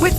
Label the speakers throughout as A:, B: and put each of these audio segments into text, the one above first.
A: With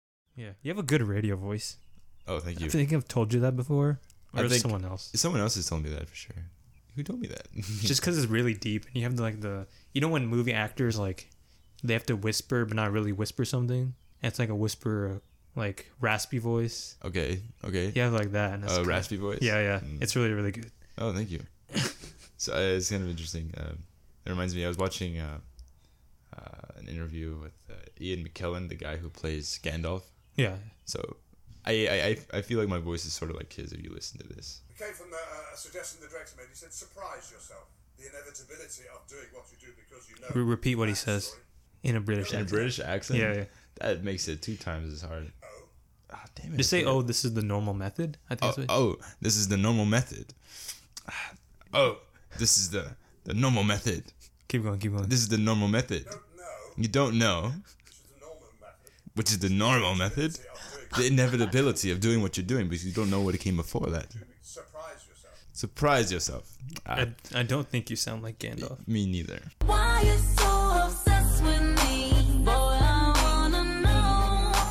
B: Yeah, you have a good radio voice.
C: Oh, thank
B: I
C: you.
B: think I've told you that before,
C: I
B: or
C: think-
B: someone else.
C: Someone else has told me that for sure. Who told me that?
B: Just because it's really deep, and you have like the, you know, when movie actors like, they have to whisper but not really whisper something. And it's like a whisper, like raspy voice.
C: okay, okay.
B: You have like that. And it's
C: Uh,
B: kinda-
C: raspy voice?
B: Yeah, yeah.
C: Mm.
B: It's really, really good.
C: Oh, thank you. so uh, it's kind of interesting. Uh, it reminds me, I was watching uh, uh, an interview with uh, Ian McKellen, the guy who plays Gandalf.
B: Yeah.
C: So I, I I- I feel like my voice is sort of like his if you listen to this.
D: It came from the, uh, a suggestion the director made. He said, "Surprise yourself. The inevitability of doing what you do because you know."
B: Re- repeat what he says in a British
C: In a
B: accent.
C: British accent.
B: Yeah, yeah.
C: That makes it two times as hard. Ah, damn it.
B: Just
C: I
B: say,
C: forgot.
B: "Oh, this is the normal method." I think.
C: Oh,
B: that's what-
C: oh, this is the normal method. Oh, this is the the normal method.
B: Keep going, keep going.
C: oh. This is the normal method. You don't know, which is the normal method. The inevitability of doing what you're doing because you don't know what it came before that.
D: Surprise yourself.
C: Surprise yourself. Ah,
B: I, I don't think you sound like Gandalf.
C: me neither.
E: Why you so obsessed with me? Boy, I wanna know.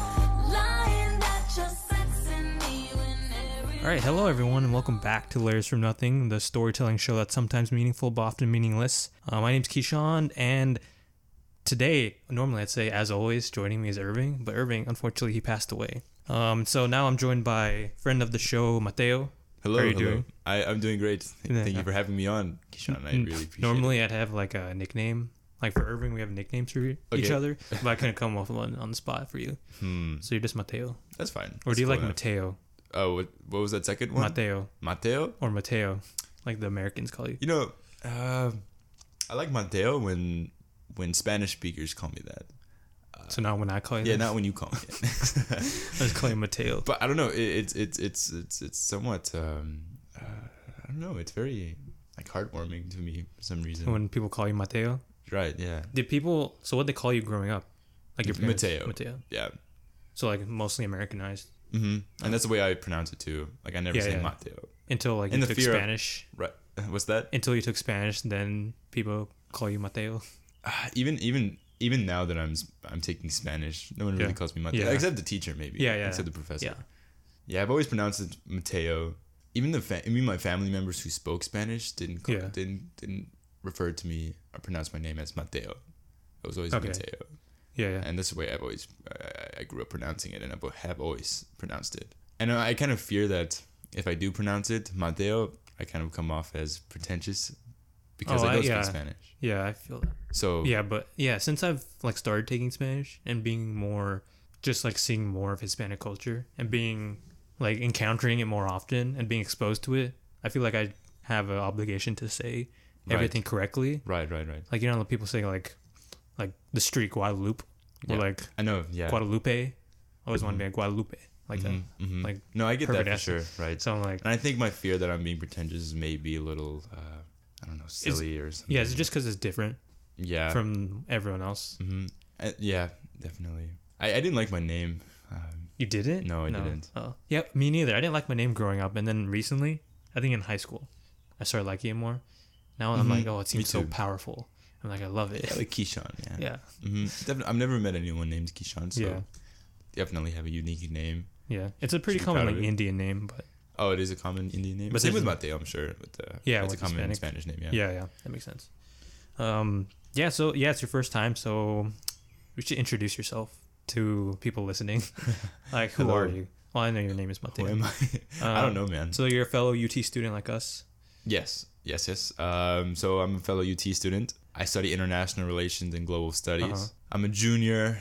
E: Lying that you're sexing me when
B: All right, hello everyone, and welcome back to Layers from Nothing, the storytelling show that's sometimes meaningful but often meaningless. Uh, my name's Keyshawn, and today, normally I'd say as always, joining me is Irving, but Irving, unfortunately, he passed away. Um, so now I'm joined by friend of the show, Mateo.
C: Hello,
B: How are you
C: hello.
B: doing?
C: I, I'm doing great.
B: Yeah. Mm,
C: Thank you for having me on, Kishan. I really appreciate it.
B: Normally, I'd have like a nickname. Like for Irving, we have nicknames for e-, each
C: Okay. Hmm.
B: other, but I couldn't come up with one on the spot for you. So you're just Mateo,
C: That's fine.
B: or do you
C: That's
B: like
C: cool
B: Mateo,
C: enough. Oh, what, what was that second one?
B: Mateo,
C: Mateo?
B: or Mateo, like the Americans call you?
C: You know, uh, I like Mateo when when Spanish speakers call me that.
B: So not when I call you.
C: Yeah,
B: that.
C: not when you call me. it.
B: I was calling Mateo.
C: but I don't know. It, it's it's it's it's it's somewhat. Um, uh, I don't know. It's very like heartwarming to me for some reason.
B: when people call you Mateo.
C: right? Yeah.
B: Did people? So what they call you growing up? Like your parents?
C: Mateo.
B: Mateo.
C: Yeah.
B: So like mostly Americanized
C: hmm And that's the way I pronounce it too. Like I never
B: Yeah,
C: say
B: yeah.
C: Mateo.
B: until like
C: In
B: you
C: the
B: took
C: fear of-
B: Spanish.
C: Right? What's that?
B: Until you took Spanish, then people call you Mateo.
C: Even even even now that I'm s- I'm taking Spanish, no one really
B: Yeah.
C: calls me Mateo
B: Yeah.
C: except the teacher maybe.
B: Yeah, yeah.
C: Except the professor.
B: Yeah.
C: Yeah, I've always pronounced it Mateo. Even the fa- I mean, my family members who spoke Spanish didn't call,
B: Yeah.
C: didn't didn't refer to me or pronounce my name as Mateo. It was always
B: Okay.
C: Mateo,
B: Yeah, yeah.
C: and that's the way I've always I- I, I grew up pronouncing it, and I bo- have always pronounced it. And I, I kind of fear that if I do pronounce it Mateo, I kind of come off as pretentious because
B: Oh,
C: I
B: I-
C: don't
B: yeah.
C: speak Spanish.
B: yeah, I feel that.
C: So
B: Yeah, but yeah, since I've like started taking Spanish and being more just like seeing more of Hispanic culture and being like encountering it more often and being exposed to it, I feel like I have an obligation to say
C: Right.
B: everything correctly.
C: right, right, right.
B: Like you know, how people say like, like the street Guadalupe, or
C: Yeah.
B: like
C: I know. Yeah. Mm-hmm.
B: Guadalupe. I always want to be a Guadalupe, like that. Like
C: no, I get that
B: perfect
C: for
B: accent.
C: sure. Right.
B: So I'm like,
C: and I think my fear that I'm being pretentious is maybe a little, uh, I don't know, silly or something.
B: yeah, it's just because it's different
C: Yeah.
B: from everyone else.
C: Uh, yeah, definitely. I, I didn't like my name. Um,
B: You didn't?
C: No, I didn't.
B: Oh, yeah, me neither. I didn't like my name growing up, and then recently, I think in high school, I started liking it more. Now I'm like, oh, it seems so
C: Mm-hmm. too.
B: powerful. I'm like, I love it.
C: yeah, like Keyshawn. Yeah.
B: yeah,
C: hmm Definitely, I've never met anyone named Keyshawn, so
B: Yeah.
C: definitely have a unique name.
B: yeah. It's a pretty
C: be
B: common
C: proud of
B: like
C: it.
B: Indian name, but
C: Oh, it is a common Indian name.
B: But
C: Same with
B: there's-
C: Mateo, I'm sure. But uh,
B: Yeah,
C: it's a
B: with
C: common
B: Hispanic.
C: Spanish name. Yeah.
B: yeah, yeah, that makes sense. Um, yeah. So yeah, it's your first time, so we should introduce yourself to people listening. like, who
C: Hello.
B: are you? Well, I know your name is
C: Who
B: Mateo.
C: am I? I don't know, man.
B: So you're a fellow UT student like us.
C: Yes, yes, yes. Um, so I'm a fellow UT student. I study international relations and global studies.
B: Uh-huh.
C: I'm a junior,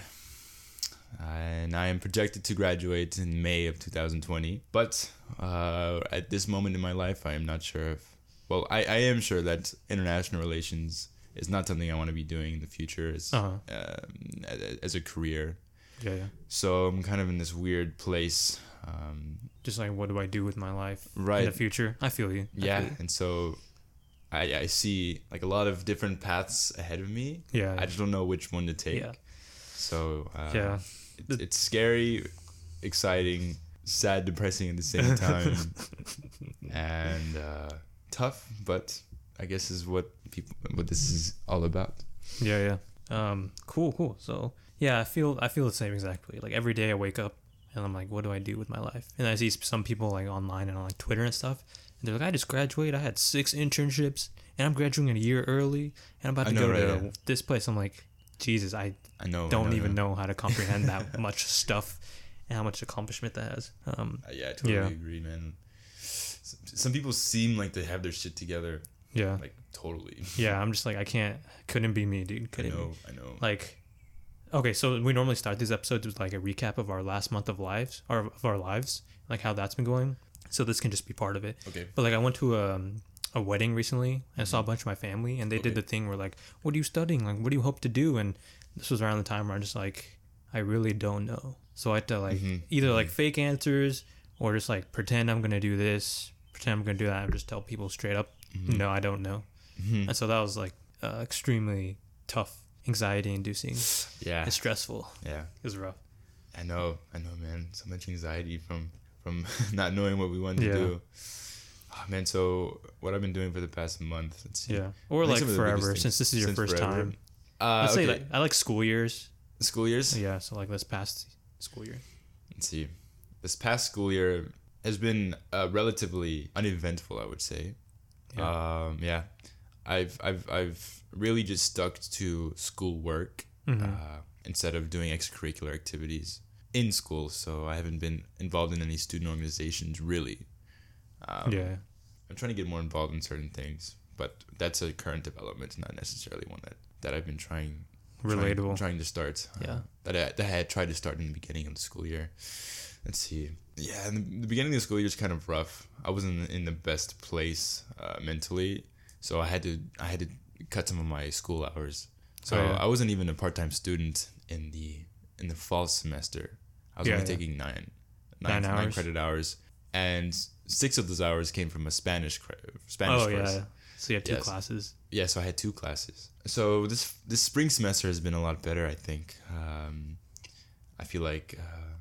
C: and I am projected to graduate in May of 2020. But uh, at this moment in my life, I am not sure if. Well, I, I am sure that international relations is not something I want to be doing in the future as
B: Uh-huh.
C: um, a- a- as a career.
B: Yeah, yeah.
C: So I'm kind of in this weird place. Um,
B: Just like, what do I do with my life in the
C: Right.
B: future? I feel you. I
C: yeah
B: feel you.
C: and so I, I see like a lot of different paths ahead of me
B: Yeah.
C: i just don't know which one to take
B: Yeah.
C: so uh,
B: Yeah.
C: it's, it's scary exciting sad depressing at the same time and uh, tough but i guess is what people what this is all about
B: Yeah, yeah. Um, cool, cool. So yeah, I feel I feel the same exactly. Like every day I wake up and I'm like, what do I do with my life? And I see some people like online and on like Twitter and stuff, and they're like, I just graduated. I had six internships, and I'm graduating a year early, and I'm about
C: I
B: to
C: know,
B: go
C: right,
B: to
C: yeah.
B: this place. I'm like, Jesus, I
C: I know, I
B: don't
C: know,
B: even
C: yeah.
B: know how to comprehend that much stuff and how much accomplishment that has. Um,
C: Uh, yeah i totally
B: Yeah.
C: agree man S- some people seem like they have their shit together
B: yeah,
C: like totally
B: yeah. I'm just like, I can't. Couldn't be me, dude.
C: i
B: Couldn't. be.
C: know i know
B: like okay so we normally start these episodes with like a recap of our last month of lives or of our lives like how that's been going so this can just be part of it
C: Okay.
B: but like i went to a, a wedding recently and saw a bunch of my family and they did the thing where like what are you studying like what do you hope to do and this was around the time where i'm just like i really don't know so i had to like either like fake answers or just like pretend i'm gonna do this pretend i'm gonna do that and just tell people straight up no i don't know and so that was like uh, extremely tough, anxiety inducing.
C: yeah
B: It's stressful.
C: yeah
B: It was rough.
C: I know, I know, man. So much anxiety from from not knowing what we want
B: Yeah.
C: to do. Oh, man, so what I've been doing for the past month? Let's see.
B: Yeah.
C: I
B: Or
C: think
B: like
C: some of the biggest
B: forever,
C: things-
B: since this is your
C: since
B: first
C: forever.
B: time.
C: Uh,
B: I'd say
C: okay,
B: like I like school years.
C: school years.
B: Yeah, so like this past school year.
C: Let's see. This past school year has been uh, relatively uneventful, I would say. Yeah. Um, yeah. I've I've I've really just stuck to school work uh, instead of doing extracurricular activities in school. So I haven't been involved in any student organizations really. Oh.
B: yeah.
C: I'm trying to get more involved in certain things, but that's a current development, not necessarily one that, that I've been trying trying-
B: Relatable.
C: trying, to start. uh,
B: Yeah.
C: that I that I had tried to start in the beginning of the school year. Let's see. Yeah, in the, the beginning of the school year is kind of rough. I wasn't in the best place uh, mentally, so I had to I had to cut some of my school hours. So
B: Oh, yeah.
C: I wasn't even a part time student in the in the fall semester. I was
B: Yeah,
C: only
B: yeah.
C: taking nine
B: Nine
C: nine, nine
B: hours.
C: credit hours, and six of those hours came from a Spanish cre- Spanish
B: oh
C: course.
B: yeah. So you have two
C: Yes.
B: classes.
C: Yeah, so I had two classes. So this this spring semester has been a lot better, I think. Um, I feel like uh,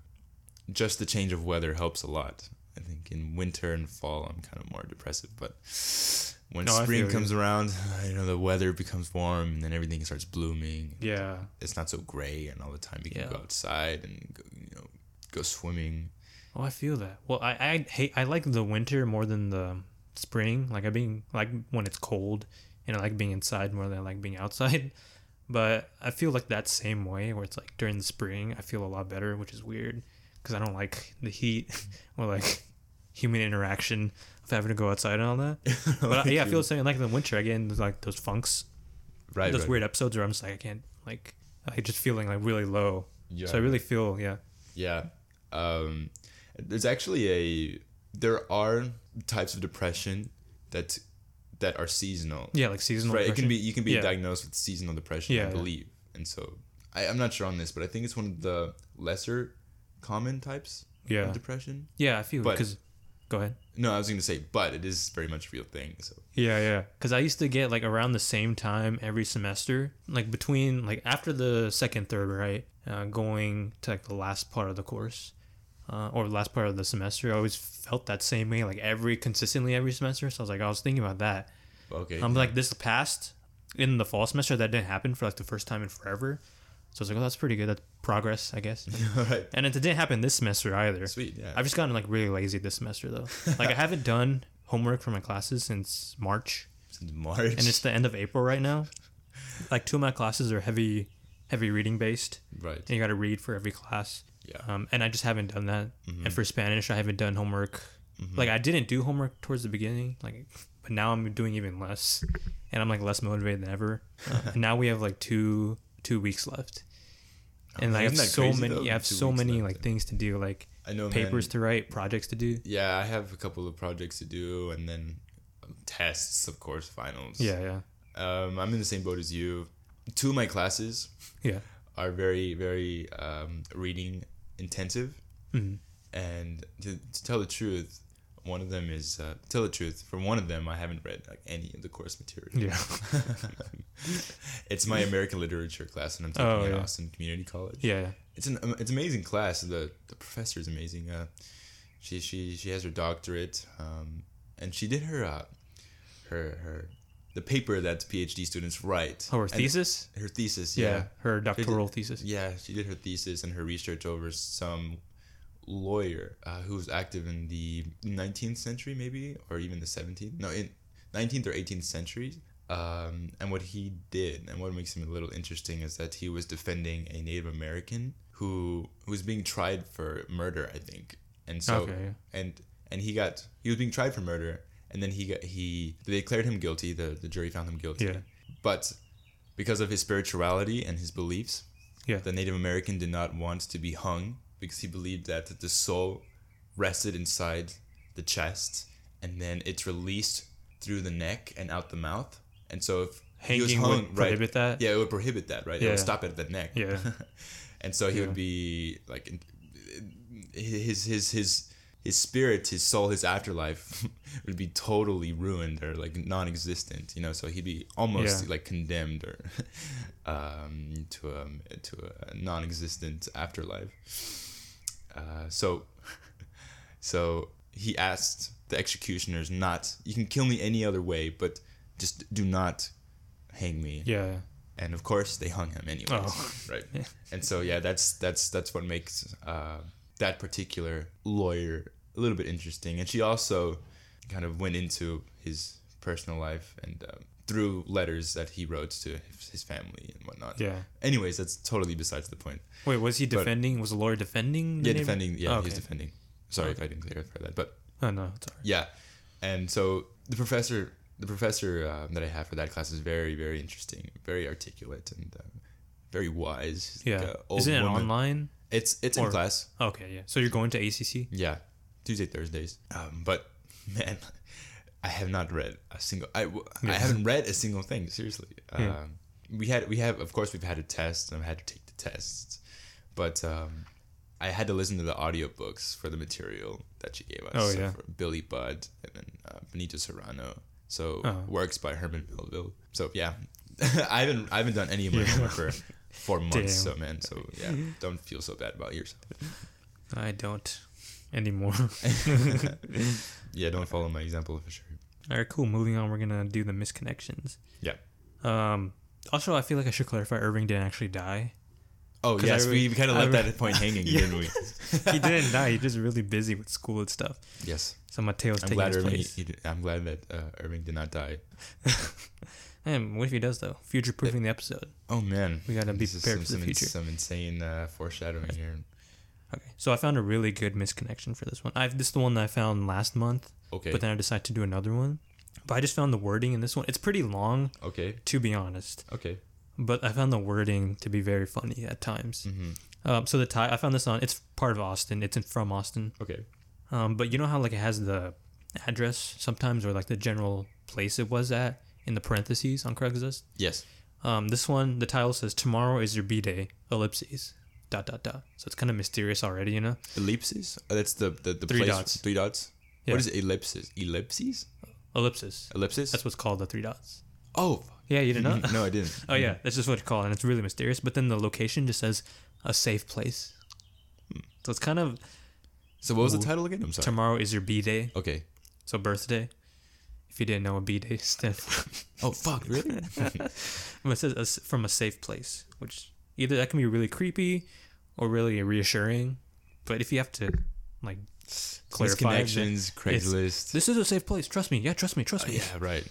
C: just the change of weather helps a lot. I think in winter and fall I'm kind of more depressive, but when
B: No, I feel
C: spring
B: you.
C: comes around, you know the weather becomes warm and then everything starts blooming.
B: Yeah.
C: It's not so gray, and all the time you can
B: Yeah.
C: go outside and go, you know go swimming.
B: Oh, I feel that. Well, I, I hate I like the winter more than the spring. Like I being like when it's cold, and I like being inside more than I like being outside. But I feel like that same way where it's like during the spring I feel a lot better, which is weird because I don't like the heat or like human interaction of having to go outside and all that. But I, yeah, I feel the same. Like in the winter again, there's like those funks,
C: Right.
B: those
C: right.
B: weird episodes where I'm just like I can't like I just feeling like really low. Yeah. So I
C: Yeah.
B: really feel yeah.
C: Yeah. Um, there's actually a there are types of depression that that are seasonal.
B: Yeah, like seasonal.
C: Right. It
B: depression.
C: can be you can be
B: Yeah.
C: diagnosed with seasonal depression,
B: Yeah,
C: I
B: yeah.
C: believe. And so I, I'm not sure on this, but I think it's one of the lesser common types
B: Yeah.
C: of depression.
B: Yeah, I feel
C: But-
B: because. Go ahead.
C: No, I was gonna say, but it is very much a real thing. So
B: Yeah, yeah. Because I used to get like around the same time every semester, like between like after the second, third, right, uh, going to like the last part of the course, uh, or last part of the semester. I always felt that same way, like every consistently every semester. So I was like, I was thinking about that.
C: okay.
B: I'm like this past in the fall semester that didn't happen for like the first time in forever. So I was like, oh, that's pretty good. That's progress, I guess.
C: all right.
B: And it didn't happen this semester either.
C: Sweet, yeah.
B: I've just gotten like really lazy this semester though. Like I haven't done homework for my classes since March,
C: Since March.
B: and it's the end of April right now. Like two of my classes are heavy, heavy reading based,
C: right.
B: and you got to read for every class.
C: Yeah. Mm-hmm.
B: Um, and I just haven't done that. And for Spanish, I haven't done homework. Like I didn't do homework towards the beginning, like, but now I'm doing even less, and I'm like less motivated than ever. Uh, and now we have like two two weeks left, and like I have
C: Oh, Isn't that
B: so
C: crazy,
B: many,
C: though?
B: I have
C: Two
B: so
C: weeks
B: many
C: left,
B: like
C: yeah.
B: things to do, like
C: I know, man.
B: papers to write, projects to do.
C: Yeah, I have a couple of projects to do, and then um, tests, of course, finals.
B: Yeah, yeah,
C: Um, I'm in the same boat as you. Two of my classes
B: yeah.
C: are very very um, reading intensive,
B: Mm-hmm.
C: and to, to tell the truth, one of them is uh, to tell the truth. For one of them, I haven't read like any of the course material.
B: Yeah.
C: it's my American literature class, and I'm taking
B: Oh,
C: at
B: yeah.
C: Austin Community College.
B: Yeah.
C: it's an um, it's amazing class. The the professor is amazing. Uh, she she she has her doctorate, um, and she did her uh, her her the paper that PhD students write.
B: Oh, her
C: And-
B: thesis?
C: her thesis,
B: Yeah.
C: yeah.
B: Her
C: She did-
B: doctoral thesis.
C: Yeah, she did her thesis and her research over some lawyer uh, who was active in the 19th century, maybe, or even the 17th. No, in 19th or 18th centuries. Um, and what he did, and what makes him a little interesting, is that he was defending a Native American who who was being tried for murder, I think. And so,
B: Okay.
C: and and he got he was being tried for murder, and then he got he they declared him guilty. The the jury found him guilty.
B: Yeah.
C: But because of his spirituality and his beliefs,
B: Yeah.
C: the Native American did not want to be hung because he believed that the soul rested inside the chest and then it's released through the neck and out the mouth. And so if
B: Hanging would prohibit that?
C: Yeah, it would prohibit that, right? It
B: Yeah.
C: would stop at the neck.
B: Yeah.
C: and so he would be like in- his his his his spirit, his soul, his afterlife would be totally ruined or like non-existent, you know. So he'd be almost
B: Yeah.
C: like condemned or um, to a to a non-existent afterlife. Uh, so so he asked the executioners not. You can kill me any other way, but just do not hang me
B: Yeah.
C: and of course they hung him anyways,
B: Oh.
C: right? And so yeah, that's that's that's what makes uh, that particular lawyer a little bit interesting. And she also kind of went into his personal life and um, through letters that he wrote to his- his family and whatnot.
B: Yeah.
C: Anyways, that's totally besides the point.
B: Wait, was he defending? was Laura defending? the
C: Yeah,
B: Native-
C: defending. Yeah,
B: okay.
C: he's defending. Sorry if I didn't clarify that, but
B: Oh no, it's all right.
C: yeah, and so the professor, the professor uh, that I have for that class is very, very interesting, very articulate, and uh, very wise. She's
B: Yeah.
C: like a old
B: Isn't it
C: woman.
B: online?
C: It's it's
B: Or-
C: in class.
B: Okay, yeah. So you're going to ACC?
C: Yeah, Tuesday Thursdays. Um, but man, I have not read a single. I, w- I haven't read a single thing. Seriously.
B: Hmm.
C: Um, we had we have of course we've had a test and I've had to take the tests, but um, I had to listen to the audiobooks for the material that she gave us.
B: Oh,
C: So
B: yeah.
C: for Billy Budd and then uh, Benito Serrano. So
B: Oh.
C: works by Herman Melville. So yeah, I haven't I haven't done any of my homework for four months.
B: Damn.
C: So man, so yeah, don't feel so bad about yourself.
B: I don't anymore.
C: Yeah, don't follow my example for sure.
B: all right, cool. Moving on, we're gonna do the misconnections.
C: Yeah.
B: Um, also, I feel like I should clarify: Irving didn't actually die.
C: Oh
B: 'Cause
C: yes,
B: I
C: we
B: re-
C: kind of
B: I
C: left
B: re-
C: that point hanging, didn't we?
B: He didn't die. He's just really busy with school and stuff.
C: Yes.
B: So Mateo's
C: I'm
B: taking
C: glad
B: his
C: Irving.
B: place.
C: He, he- I'm glad that uh, Irving did not die.
B: Man, what if he does though? Future proofing the episode.
C: Oh man,
B: We gotta be
C: This is
B: prepared for the
C: some, some,
B: future.
C: Some insane uh, foreshadowing here.
B: Okay. So I found a really good misconnection for this one. I've this is the one that I found last month.
C: Okay.
B: But then I decided to do another one. But I just found the wording in this one. It's pretty long,
C: Okay.
B: to be honest.
C: Okay.
B: but I found the wording to be very funny at times. Um, so the title I found this on. It's part of Austin. It's in, from Austin.
C: Okay.
B: Um, but you know how like it has the address sometimes or like the general place it was at in the parentheses on Craigslist.
C: Yes.
B: Um, this one the title says tomorrow is your b day ellipses dot dot dot. So it's kind of mysterious already, you know.
C: Ellipses. Oh, that's the the, the
B: Three
C: place,
B: dots.
C: Three dots.
B: Yeah.
C: What is it? ellipses? Ellipses?
B: Ellipsis.
C: Ellipses?
B: That's what's called the three dots.
C: oh. fuck.
B: Yeah, you didn't know.
C: no, I didn't.
B: oh yeah, that's just what it's called, and it's really mysterious. But then the location just says a safe place. So it's kind of
C: Mm-hmm. So what was the title again? I'm sorry.
B: tomorrow is your B day,
C: Okay.
B: so birthday. If you didn't know what B day stands for,
C: Oh fuck! Really?
B: Well, it says a s- from a safe place, which either that can be really creepy or really reassuring. But if you have to like clarify,
C: Connections, Craigslist.
B: This is a safe place. Trust me. Yeah, trust me. Trust me.
C: Uh, yeah. Right.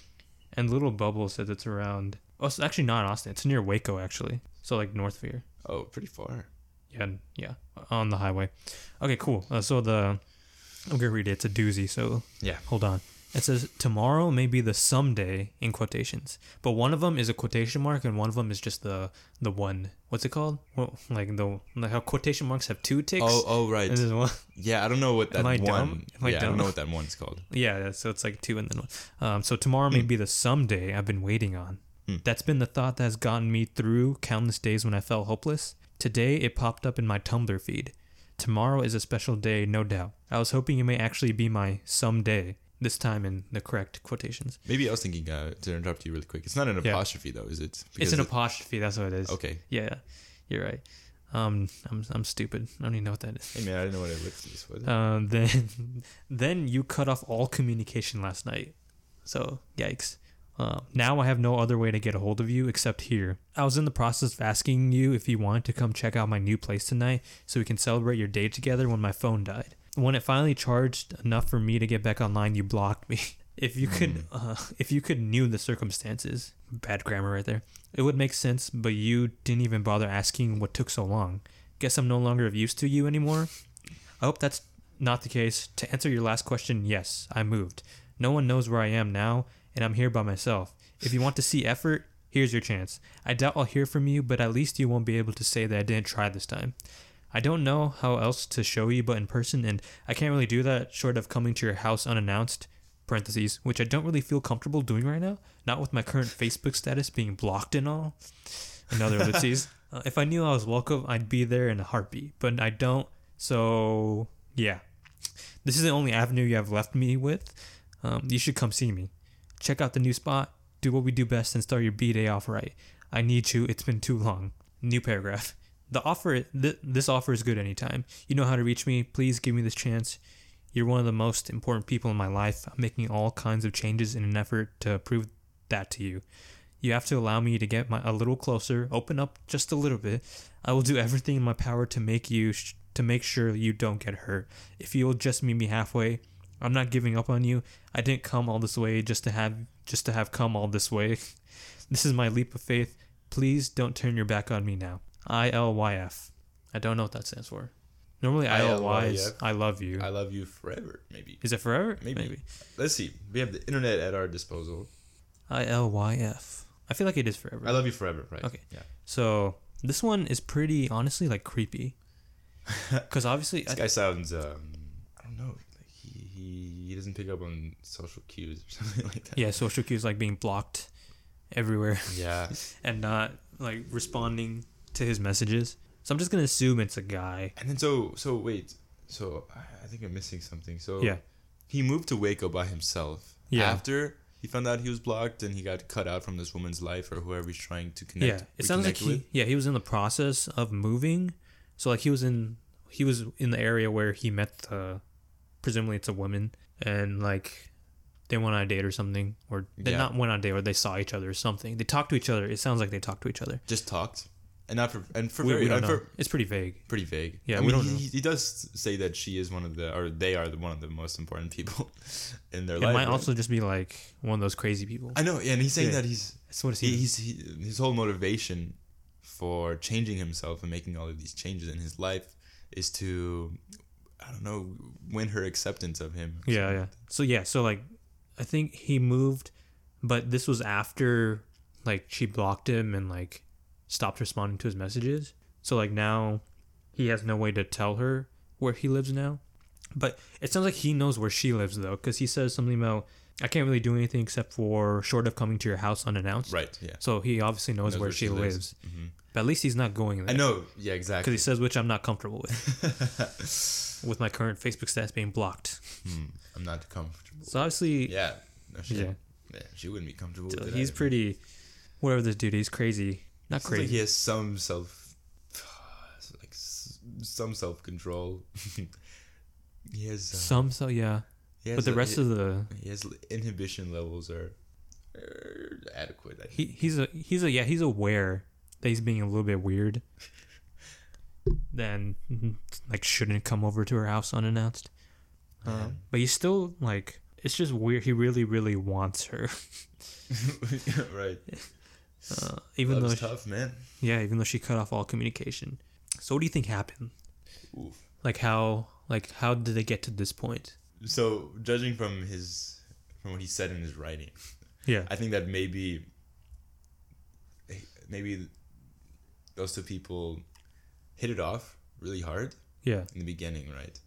B: And little bubble says it's around. Oh, it's actually not in Austin. It's near Waco, actually. So like north of here.
C: Oh, pretty far.
B: Yeah, n- yeah, on the highway. Okay, cool. Uh, so the I'm gonna read it. It's a doozy. So
C: Yeah.
B: hold on. It says tomorrow may be the someday in quotations, but one of them is a quotation mark and one of them is just the the one. What's it called? Well, like the like how quotation marks have two ticks.
C: Oh, oh, right.
B: And there's one.
C: Yeah, I don't know what that
B: Am I
C: one.
B: dumb? Am I
C: yeah, I
B: dumb?
C: don't know what that one's called. Mm.
B: Yeah, so it's like two and then one. Um, so tomorrow may be the someday I've been waiting on. That's been the thought that has gotten me through countless days when I felt hopeless. Today, it popped up in my Tumblr feed. Tomorrow is a special day, no doubt. I was hoping it may actually be my someday, this time in the correct quotations.
C: Maybe I was thinking uh, to interrupt you really quick. It's not an
B: Yeah.
C: apostrophe though, is it?
B: It's
C: Because
B: an
C: it-
B: apostrophe, that's what it is.
C: Okay.
B: Yeah, you're right. Um, I'm, I'm stupid. I don't even know what that is.
C: Hey man, I didn't know what it looked like. Was it?
B: Uh, then then you cut off all communication last night. So yikes. Uh, now I have no other way to get a hold of you except here. I was in the process of asking you if you wanted to come check out my new place tonight so we can celebrate your day together when my phone died. When it finally charged enough for me to get back online, you blocked me. If you could, uh, if you could knew the circumstances, bad grammar right there. It would make sense, but you didn't even bother asking what took so long. Guess I'm no longer of use to you anymore. I hope that's not the case. To answer your last question, yes, I moved. No one knows where I am now, and I'm here by myself. If you want to see effort, here's your chance. I doubt I'll hear from you, but at least you won't be able to say that I didn't try this time. I don't know how else to show you but in person, and I can't really do that short of coming to your house unannounced, parentheses, which I don't really feel comfortable doing right now, not with my current Facebook status being blocked and all another ellipses. uh, if I knew I was welcome, I'd be there in a heartbeat, but I don't. So, yeah. This is the only avenue you have left me with. Um, you should come see me. Check out the new spot, do what we do best, and start your B day off right. I need you. It's been too long. New paragraph. The offer, th- this offer is good anytime. You know how to reach me. Please give me this chance. You're one of the most important people in my life. I'm making all kinds of changes in an effort to prove that to you. You have to allow me to get my a little closer, open up just a little bit. I will do everything in my power to make you sh- to make sure you don't get hurt. If you'll just meet me halfway, I'm not giving up on you. I didn't come all this way just to have just to have come all this way. This is my leap of faith. Please don't turn your back on me now. I L Y F. I don't know what that stands for. Normally I L Y is
C: ILYF.
B: I love you.
C: I love you forever. Maybe.
B: Is it forever?
C: Maybe. Let's see. We have the internet at our disposal.
B: I L Y F. I feel like it is forever.
C: I love you forever. Right.
B: Okay.
C: Yeah.
B: So this one is pretty, honestly, like creepy. Because obviously, I,
C: This guy sounds. Um, I don't know. Like he, he he doesn't pick up on social cues or something like that.
B: yeah, social cues like being blocked everywhere
C: Yeah.
B: and not like responding to his messages. So I'm just gonna assume it's a guy.
C: And then so so wait. So I- I think I'm missing something. So
B: Yeah.
C: he moved to Waco by himself.
B: Yeah.
C: After he found out he was blocked and he got cut out from this woman's life or whoever he's trying to connect.
B: Yeah, it sounds like
C: reconnect
B: he.
C: with.
B: Yeah, he was in the process of moving. So like he was in he was in the area where he met the presumably it's a woman and like they went on a date or something or they
C: Yeah.
B: not went on a date or they saw each other or something. They talked to each other. It sounds like they talked to each other.
C: just talked and not for and for
B: We,
C: very
B: we don't
C: and
B: know.
C: for-
B: It's pretty vague.
C: pretty vague.
B: Yeah,
C: I
B: we
C: mean,
B: don't
C: he,
B: know.
C: he does say that she is one of the or they are the, one of the most important people in their
B: It
C: life.
B: might
C: right?
B: also just be like one of those crazy people.
C: I know, and he's saying
B: Yeah.
C: that he's
B: That's what it
C: he,
B: seems.
C: he's he, his whole motivation for changing himself and making all of these changes in his life is to I don't know win her acceptance of him.
B: yeah, yeah. So yeah, so like I think he moved, but this was after like she blocked him and like stopped responding to his messages. So like now he has no way to tell her where he lives now. But it sounds like he knows where she lives though, because he says something about I can't really do anything except for short of coming to your house unannounced.
C: Right. Yeah.
B: So he obviously knows, where, she, lives. Mm-hmm. But at least he's not going there.
C: I know. Yeah. Exactly.
B: because he says which I'm not comfortable with, with my current Facebook status being blocked.
C: I'm not comfortable.
B: So obviously,
C: Yeah. No, she, yeah.
B: Yeah.
C: She wouldn't be comfortable.
B: so
C: with it
B: he's
C: either.
B: pretty. Whatever this dude, he's crazy. Not
C: Sounds like
B: crazy.
C: he has some self, like s- some self control. he has. Uh,
B: Some so yeah,
C: he has
B: but the
C: a-
B: rest
C: he,
B: of the
C: he has inhibition levels are, are adequate. I
B: he, he's a he's a yeah he's aware that he's being a little bit weird. Then mm-hmm, like shouldn't come over to her house unannounced. Uh, but he's still like it's just weird. He really really wants her,
C: think. right.
B: even
C: Love's
B: though
C: tough, man.
B: Yeah, even though she cut off all communication. So what do you think happened?
C: Oof.
B: Like how like how did they get to this point?
C: So judging from his from what he said in his writing,
B: Yeah.
C: I think that maybe maybe those two people hit it off really hard
B: yeah.
C: in the beginning, right?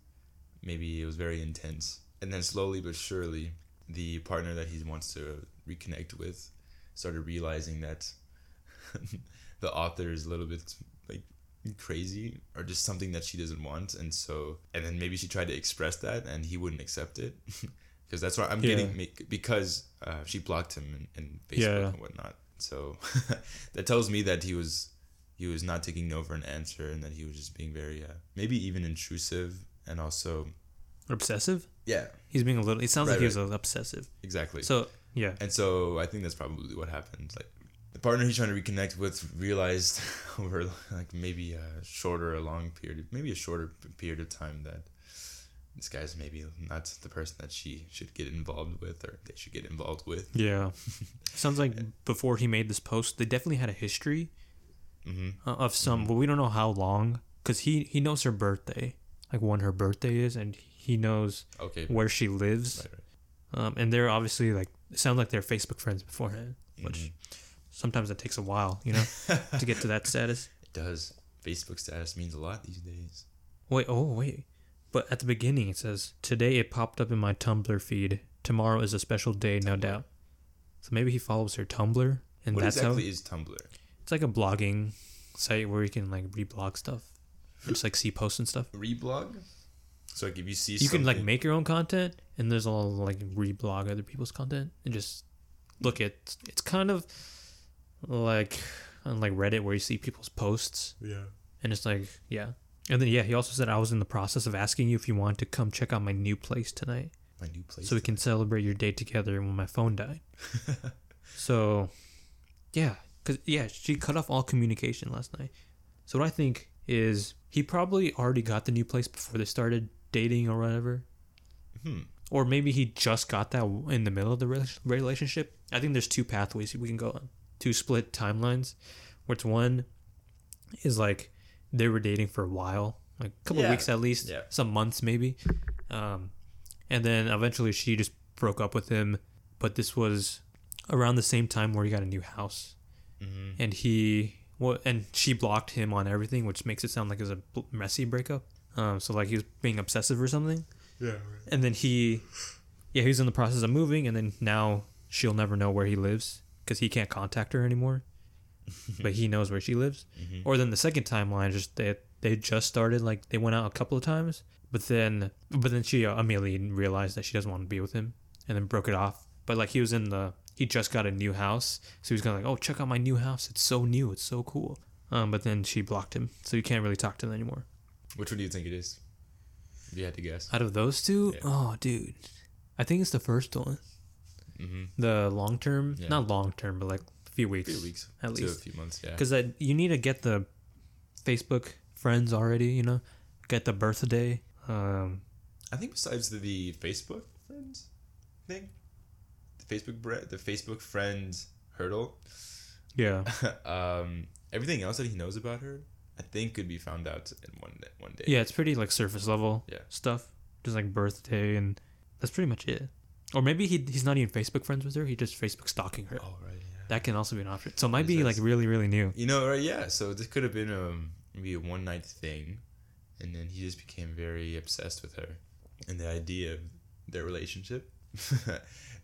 C: Maybe it was very intense. And then slowly but surely, the partner that he wants to reconnect with started realizing that the author is a little bit like crazy or just something that she doesn't want and so and then maybe she tried to express that and he wouldn't accept it because that's why i'm
B: Yeah.
C: getting make, because uh, she blocked him and, and facebook
B: Yeah.
C: and whatnot so that tells me that he was he was not taking no for an answer and that he was just being very uh, maybe even intrusive and also
B: Obsessive?
C: yeah
B: He's being a little. It sounds
C: Right,
B: like he was
C: right.
B: a little obsessive.
C: exactly
B: So yeah,
C: and so I think that's probably what happened. Like the partner he's trying to reconnect with realized over like maybe a shorter, a long period, maybe a shorter p- period of time that this guy's maybe not the person that she should get involved with or they should get involved with.
B: yeah. sounds like before he made this post, they definitely had a history
C: Mm-hmm.
B: uh, of some, but we don't know how long. Cause he he knows her birthday, like when her birthday is, and he knows
C: Okay.
B: where she lives.
C: right.
B: Um, and they're obviously like it sounds like they're Facebook friends beforehand, which
C: Mm-hmm.
B: sometimes that takes a while, you know, to get to that status.
C: It does. Facebook status means a lot these days.
B: Wait, oh wait. But at the beginning it says, Today it popped up in my Tumblr feed. Tomorrow is a special day, no doubt. So maybe he follows her Tumblr and
C: What
B: that's
C: exactly
B: how
C: is Tumblr?
B: it's like a blogging site where you can like reblog stuff. Just like see posts and stuff.
C: Reblog? So like if you see
B: You can like
C: something-
B: make your own content and there's all like reblog other people's content and just look at it's kind of like on like Reddit where you see people's posts.
C: Yeah.
B: And it's like, yeah. And then yeah, he also said I was in the process of asking you if you want to come check out my new place tonight
C: my new place.
B: so we can celebrate your day together when my phone died. so yeah, cuz yeah, she cut off all communication last night. So what I think is he probably already got the new place before they started dating or whatever.
C: Hmm.
B: Or maybe he just got that in the middle of the rela- relationship. I think there's two pathways we can go on. Two split timelines. Which one is like they were dating for a while, like a couple
C: Yeah.
B: weeks at least,
C: Yeah.
B: some months maybe. Um, and then eventually she just broke up with him. But this was around the same time where he got a new house, and he well, and she blocked him on everything, which makes it sound like it was a bl- messy breakup. Um, so like he was being obsessive or something. Yeah. And then he, yeah, he's in the process of moving, and then now she'll never know where he lives because he can't contact her anymore. but he knows where she lives.
C: Mm-hmm.
B: Or then the second timeline, just they they just started like they went out a couple of times, but then but then she uh, immediately realized that she doesn't want to be with him, and then broke it off. But like he was in the he just got a new house, so he was kind of like, oh check out my new house, it's so new, it's so cool. Um, but then she blocked him, so you can't really talk to him anymore.
C: Which one do you think it is? If you had to guess.
B: Out of those two,
C: Yeah.
B: oh dude, I think it's the first one. The long term,
C: Mm-hmm. Yeah.
B: not long term, but like a few weeks,
C: A few weeks.
B: at
C: to
B: least
C: a few months, yeah.
B: because that you need to get the Facebook friends already. You know, get the birthday. Um,
C: I think besides the, the Facebook friends thing, the Facebook bre- the Facebook friends hurdle,
B: yeah,
C: um, everything else that he knows about her, I think could be found out in one day, one day.
B: yeah, it's pretty like surface level
C: Yeah.
B: stuff, just like birthday, and that's pretty much it. Or maybe he he's not even Facebook friends with her. He just Facebook stalking her.
C: Oh right. Yeah.
B: That can also be an option. So it might be
C: Yes,
B: like
C: yes.
B: really really new.
C: You know right? Yeah. So this could have been um maybe a one night thing, and then he just became very obsessed with her, and the idea of their relationship.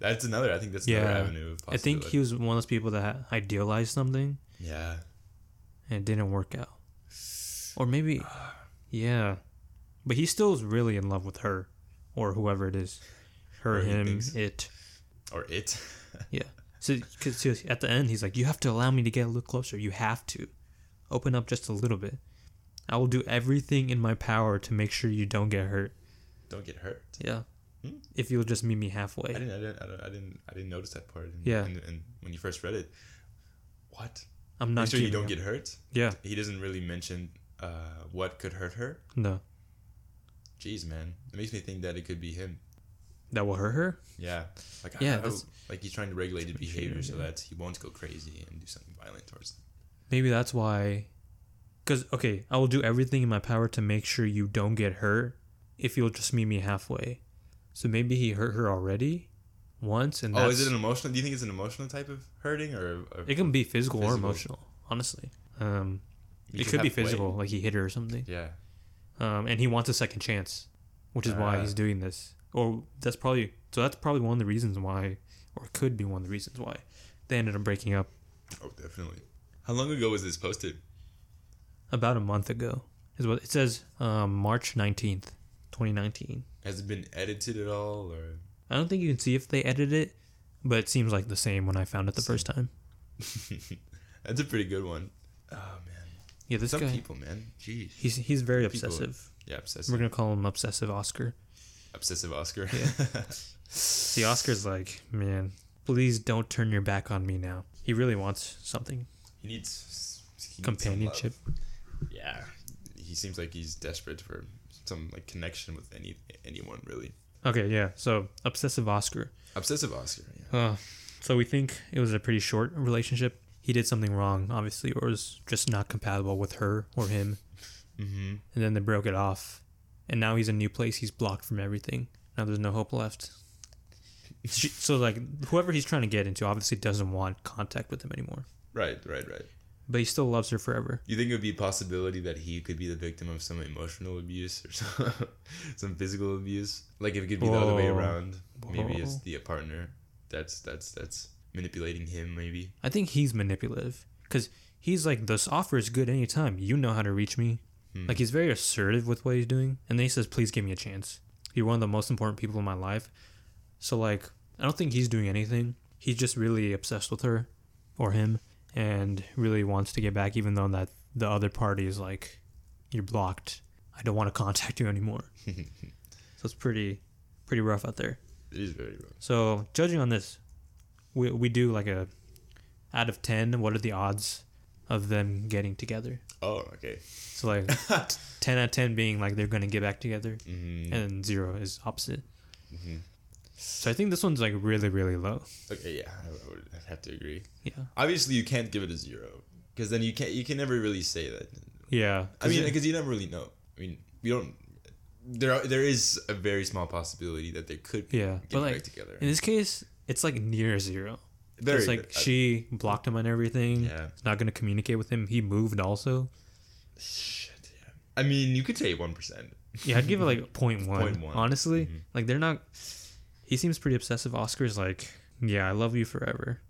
C: that's another. I think that's another
B: Yeah.
C: avenue of
B: I think he
C: possibility.
B: was one of those people that idealized something
C: Yeah.
B: and it didn't work out. Or maybe, yeah, but he still is really in love with her, or whoever it is, her,
C: Or he
B: him,
C: thinks.
B: it.
C: Or it.
B: Yeah. So, because at the end, he's like, "You have to allow me to get a little closer. You have to open up just a little bit. I will do everything in my power to make sure you don't get hurt.
C: Don't get hurt.
B: Yeah. If you'll just meet me
C: I
B: halfway,
C: didn't, I didn't, I didn't, I didn't, I didn't notice that part. In,
B: Yeah.
C: And, and when you first read it, what?
B: I'm
C: Make
B: not.
C: sure you
B: giving
C: don't
B: up.
C: get hurt.
B: Yeah.
C: He doesn't really mention uh, what could hurt her.
B: No.
C: Jeez, man, it makes me think that it could be him.
B: That will hurt her.
C: Yeah. Like I-
B: Yeah,
C: I, don't-
B: that's-
C: like he's trying to regulate his behavior so that he won't go crazy and do something violent towards them.
B: Maybe that's why. Because okay, I will do everything in my power to make sure you don't get hurt. If you'll just meet me halfway. So maybe he hurt her already, once, and
C: Oh,
B: that's,
C: is it an emotional? Do you think it's an emotional type of hurting or? or
B: It can be physical, or
C: Physical.
B: emotional, honestly. Um,
C: You
B: it
C: could
B: could be
C: halfway.
B: physical, like he hit her or something.
C: yeah.
B: Um, and he wants a second chance, which is why
C: Ah.
B: he's doing this. Or that's probably so. That's probably one of the reasons why, or could be one of the reasons why, They ended up breaking up
C: Oh, definitely. How long ago was this posted?
B: about a month ago. Is what it says. Um, March nineteenth, twenty nineteen.
C: Has it been edited at all, or
B: I don't think you can see if they edited it, but it seems like the same when I found it the first time.
C: that's a pretty good one. Oh man,
B: Yeah, this
C: some
B: guy.
C: people, man. Jeez,
B: He's he's very
C: People-
B: obsessive.
C: yeah, obsessive,
B: We're gonna call him obsessive Oscar.
C: obsessive Oscar.
B: The Oscar's like, man, please don't turn your back on me now. He really wants something
C: he needs he needs some
B: companionship.
C: love. yeah, he seems like he's desperate for some like connection with any anyone really.
B: Okay, yeah. So obsessive Oscar.
C: Obsessive Oscar. Yeah.
B: So we think it was a pretty short relationship. He did something wrong, obviously, or was just not compatible with her or him. Mm-hmm. And then they broke it off. And now he's in a new place. He's blocked from everything. Now there's no hope left. She, so, like, whoever he's trying to get into obviously doesn't want contact with him anymore.
C: Right, right, right.
B: But he still loves her forever.
C: You think it would be a possibility that he could be the victim of some emotional abuse or some, some physical abuse? Like if it could be the other way
B: Whoa.
C: around, maybe it's
B: Whoa.
C: the partner that's that's that's manipulating him. Maybe
B: I think he's manipulative because he's like, this offer is good anytime. You know how to reach me. Like, he's very assertive with what he's doing. And then he says, please give me a chance. You're one of the most important people in my life. So, like, I don't think he's doing anything. He's just really obsessed with her or him and really wants to get back, even though that the other party is like, you're blocked. I don't want to contact you anymore. so it's pretty, pretty rough out there.
C: it is very wrong.
B: So judging on this, we we do like a out of ten. What are the odds of them getting together?
C: Oh, okay.
B: So like t- ten out of ten being like they're gonna get back together,
C: Mm-hmm.
B: and zero is opposite. So I think this one's like really really low.
C: Okay, yeah, I would I'd have to agree.
B: Yeah.
C: Obviously, you can't give it a zero because then you can't you can never really say that.
B: Yeah.
C: I mean,
B: it-
C: because you never really know. I mean, you don't. There are, there is a very small possibility that they could be
B: yeah,
C: getting
B: but
C: back
B: like
C: together.
B: in this case, it's like near zero.
C: Very
B: it's like
C: good.
B: she blocked him on everything.
C: Yeah.
B: Not gonna communicate with him. He moved also.
C: Shit, yeah. I mean, you could say one percent.
B: Yeah, I'd give it like point one.
C: 0.1.
B: Honestly,
C: Mm-hmm.
B: like they're not. He seems pretty obsessive. Oscar's like, yeah, I love you forever.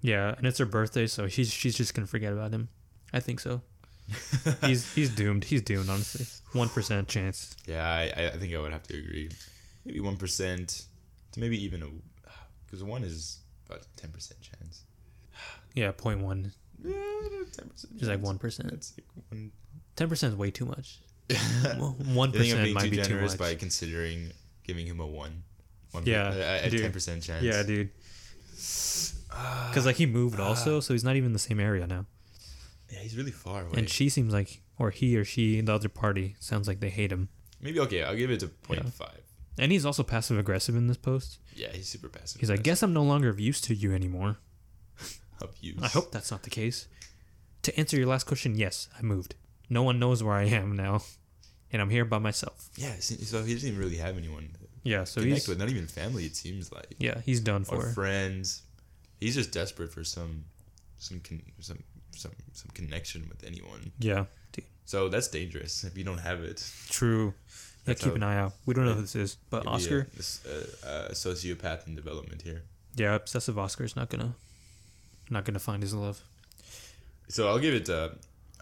B: Yeah, and it's her birthday, so she's she's just gonna forget about him. I think so. he's he's doomed. He's doomed. Honestly, one percent chance.
C: Yeah, I, I- I think I would have to agree. Maybe one percent to maybe even a because one is about ten percent chance.
B: Yeah, point one
C: Yeah, ten percent.
B: is like one percent.
C: That's like one.
B: Ten percent is way too much. One
C: I think I'm
B: percent
C: being
B: might
C: too
B: be too
C: generous
B: much.
C: by considering giving him a one. one
B: Yeah,
C: a- a
B: dude.
C: ten percent chance. Ah.
B: Yeah, dude. Because like he moved also, so he's not even in the same area now.
C: Yeah, he's really far away.
B: And she seems like, or he or she, the other party sounds like they hate him.
C: maybe okay. I'll give it a point
B: Yeah.
C: five.
B: And he's also passive aggressive in this post.
C: Yeah, he's super passive.
B: He's like,
C: aggressive.
B: guess I'm no longer of use to you anymore.
C: Of use.
B: I hope that's not the case. To answer your last question, yes, I moved. No one knows where I am now, and I'm here by myself.
C: Yeah, so so he doesn't even really have anyone to
B: Yeah, so
C: connect
B: he's
C: with. Not even family. It seems like.
B: yeah he's done
C: or
B: for.
C: friends. He's just desperate for some, some, con- some, some, some connection with anyone.
B: Yeah, dude,
C: So that's dangerous if you don't have it.
B: true. Yeah,
C: That's
B: keep
C: how-
B: an eye out. We don't know who this is, but
C: Maybe, uh,
B: Oscar,
C: this, uh, uh, sociopath in development here.
B: yeah, obsessive Oscar is not gonna, not gonna find his love.
C: So I'll give it. Uh,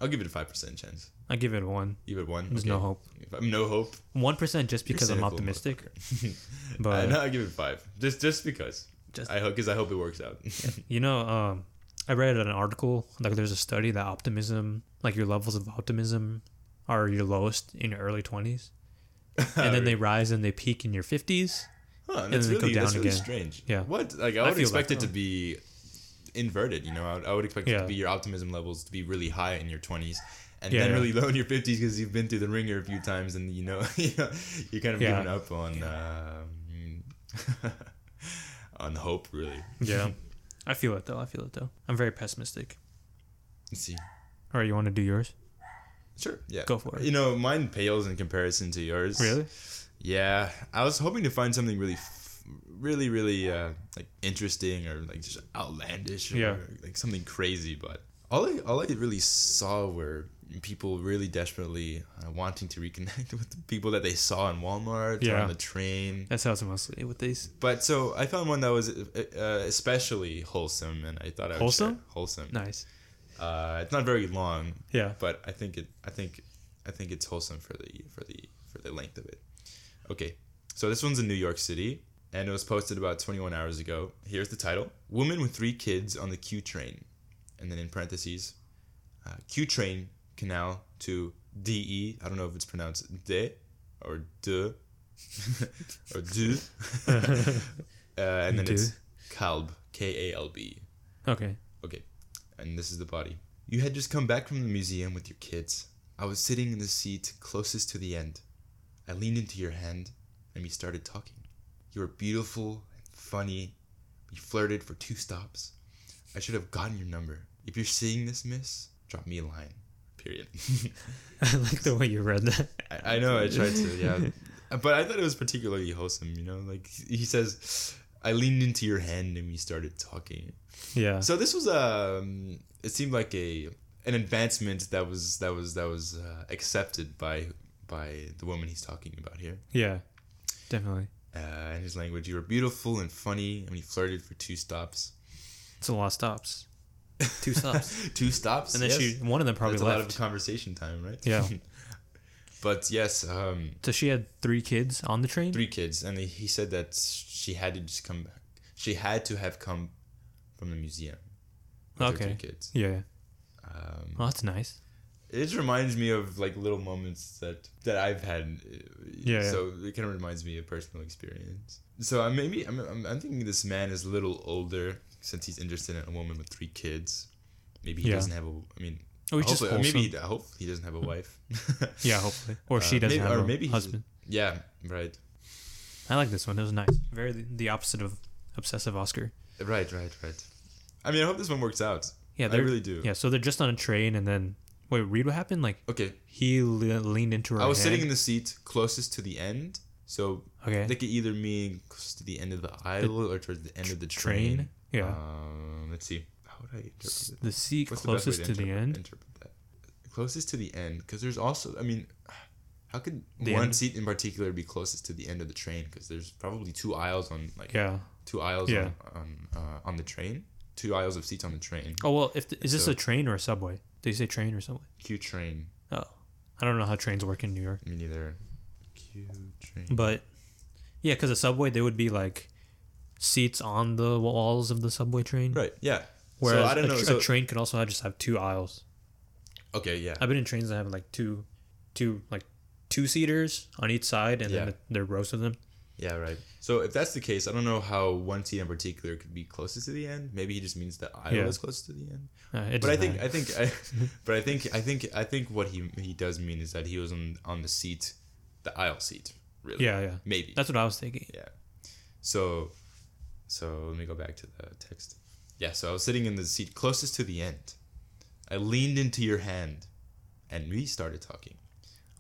C: I'll give it a five percent chance.
B: I give it a one,
C: Give it one.
B: There's no hope.
C: If I'm no hope,
B: one percent just because I'm
C: cynical
B: optimistic.
C: I
B: but
C: Uh, no, I'll give it five. Just, just because.
B: Just-
C: I hope because I hope it works out.
B: You know, um, I read an article like there's a study that optimism, like your levels of optimism, are your lowest in your early twenties, and then they rise and they peak in your fifties.
C: Huh, that's
B: then they go
C: really, that's
B: down
C: really
B: again.
C: strange.
B: Yeah.
C: What? Like,
B: I
C: I would
B: feel
C: expect
B: that,
C: it to
B: huh.
C: be inverted, you know? I would, I would expect it
B: Yeah.
C: to be your optimism levels to be really high in your 20s and
B: Yeah,
C: then
B: yeah.
C: really low in your 50s because you've been through the ringer a few times and, you know, you know, you're kind of
B: Yeah.
C: giving up on, um, on hope, really.
B: Yeah, I feel it though. I feel it though. I'm very pessimistic.
C: Let's see.
B: All right, you want to do yours?
C: Sure. Yeah.
B: Go for it.
C: You know, mine pales in comparison to yours. Yeah, I was hoping to find something really, f- really, really uh, like interesting or like just outlandish or
B: Yeah.
C: like something crazy. But all I all I really saw were people really desperately uh, wanting to reconnect with the people that they saw in Walmart or
B: Yeah.
C: on the train.
B: That's how it's mostly with these.
C: But so I found one that was uh, uh, especially wholesome, and I thought I would share-
B: Wholesome?
C: wholesome.
B: Nice.
C: Uh, it's not very long.
B: Yeah.
C: But I think it. I think. I think it's wholesome for the for the for the length of it. Okay. So this one's in New York City, and it was posted about 21 hours ago. Here's the title: Woman with three kids on the Q train, and then in parentheses, uh, Q train canal to DE. I don't know if it's pronounced de or de or du. uh, and then
B: Du.
C: it's Kalb, K A L B.
B: Okay.
C: Okay, and this is the body. You had just come back from the museum with your kids. I was sitting in the seat closest to the end. I leaned into your hand and we started talking. You were beautiful and funny. We flirted for two stops. I should have gotten your number. If you're seeing this, miss, drop me a line. Period.
B: I like the way you read that.
C: I, I know, I tried to, yeah. But I thought it was particularly wholesome, you know? Like, he says, I leaned into your hand and we started talking.
B: Yeah.
C: So this was um it seemed like a an advancement that was that was that was uh, accepted by by the woman he's talking about here.
B: yeah. Definitely.
C: Uh, in his language, you were beautiful and funny, and we flirted for two stops.
B: It's a lot of stops. Two stops.
C: Two stops,
B: and then
C: yes.
B: she, one of them probably
C: That's a
B: left.
C: lot of conversation time, right?
B: Yeah.
C: but yes, um,
B: so she had three kids on the train.
C: three kids, and he said that she had to just come back. She had to have come from the museum. with her
B: okay.
C: three kids.
B: Yeah. Um, well, that's nice.
C: it just reminds me of like little moments that that I've had. uh,
B: yeah.
C: So it kind of reminds me of personal experience. So I maybe I'm, I'm, I'm thinking this man is a little older since he's interested in a woman with three kids. Maybe he
B: Yeah.
C: doesn't have a. I mean,
B: Oh, he's just
C: hopefully- uh, maybe
B: wholesome.
C: he, I hope he doesn't have a wife.
B: Yeah, hopefully. Or she
C: Uh,
B: doesn't
C: maybe-
B: have
C: or
B: a
C: maybe he's-
B: husband.
C: Yeah, right,
B: I like this one. It was nice. Very the opposite of obsessive Oscar.
C: right, right, right. I mean, I hope this one works out.
B: Yeah,
C: I
B: they're-
C: really do.
B: Yeah, so they're just on a train, and then wait, read what happened. Like
C: Okay,
B: he le- leaned into her.
C: I was sitting in
B: hand.
C: the seat closest to the end, so
B: Okay.
C: they could either mean close to the end of the aisle or towards the end of the train.
B: train. Yeah,
C: Um, let's see. How would I interpret it?
B: the seat
C: What's the best way
B: closest to the
C: interpret-
B: end.
C: Interpret that. Closest to the end, because there's also. I mean, how could
B: The
C: one
B: end?
C: seat in particular be closest to the end of the train? Because there's probably two aisles on like
B: Yeah.
C: two aisles
B: Yeah.
C: on on, uh, on the train. Two aisles of seats on the train.
B: Oh well, if the, is this
C: So-
B: a train or a subway? Did you say train or subway?
C: Q train.
B: Oh, I don't know how trains work in New York,
C: Me neither. Q train.
B: but yeah, because a subway there would be like seats on the walls of the subway train.
C: Right. Yeah.
B: Whereas
C: so I don't
B: a,
C: know.
B: tr- a
C: so,
B: train could also have, just have two aisles.
C: okay. Yeah.
B: I've been in trains that have like two, two like two seaters on each side, and
C: Yeah.
B: then there are rows of them.
C: Yeah, right. So if that's the case, I don't know how one seat in particular could be closest to the end. Maybe he just means the aisle
B: Yeah.
C: is closest to the end.
B: Uh, it
C: But I
B: doesn't
C: think
B: matter.
C: I think I, but I think I think I think what he he does mean is that he was on on the seat, the aisle seat. Really?
B: yeah, yeah,
C: Maybe.
B: That's what I was thinking.
C: yeah. So, so let me go back to the text. Yeah. So I was sitting in the seat closest to the end. I leaned into your hand, and we started talking.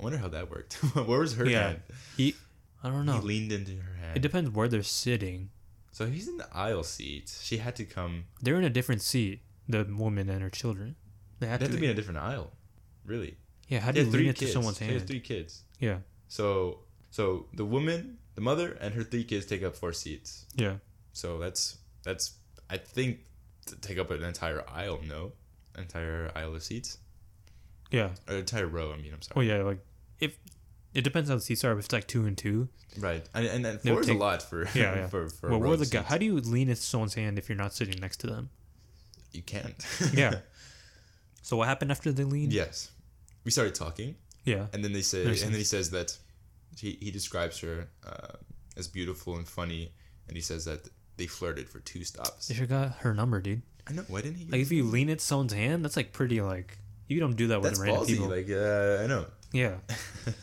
C: I wonder how that worked. Where was her
B: Yeah,
C: hand?
B: he. I don't know.
C: He leaned into her hand.
B: it depends where they're sitting.
C: So he's in the aisle seat. She had to come.
B: They're in a different seat. The woman and her children. They had
C: They
B: to,
C: had to
B: be.
C: be in a different aisle, really.
B: yeah, how
C: He
B: do you lean
C: had three
B: it to
C: kids.
B: someone's
C: He has
B: hand?
C: three kids.
B: Yeah,
C: So so the woman, the mother, and her three kids take up four seats.
B: yeah.
C: So that's that's I think to take up an entire aisle. No, entire aisle of seats,
B: Yeah.
C: or entire row. I mean, I'm sorry.
B: Well, yeah. Like if it depends on the seats are. If it's like two and two.
C: Right, and and, and
B: They
C: four
B: would
C: is a
B: take-
C: lot for
B: Yeah. yeah.
C: for for.
B: well,
C: a row
B: where
C: of
B: the guy?
C: seats.
B: How do you lean it to someone's hand if you're not sitting next to them?
C: you can't?
B: Yeah. so what happened after they leaned?
C: yes, we started talking.
B: Yeah.
C: and then they say,
B: There's-
C: and then he says that he, he describes her uh, as beautiful and funny, and he says that they flirted for two stops.
B: They should got her number, dude.
C: I know. Why didn't he?
B: Like if you lean it to someone's hand, that's like pretty like you don't do that with
C: that's
B: random
C: ballsy.
B: people.
C: Like uh, I know.
B: yeah.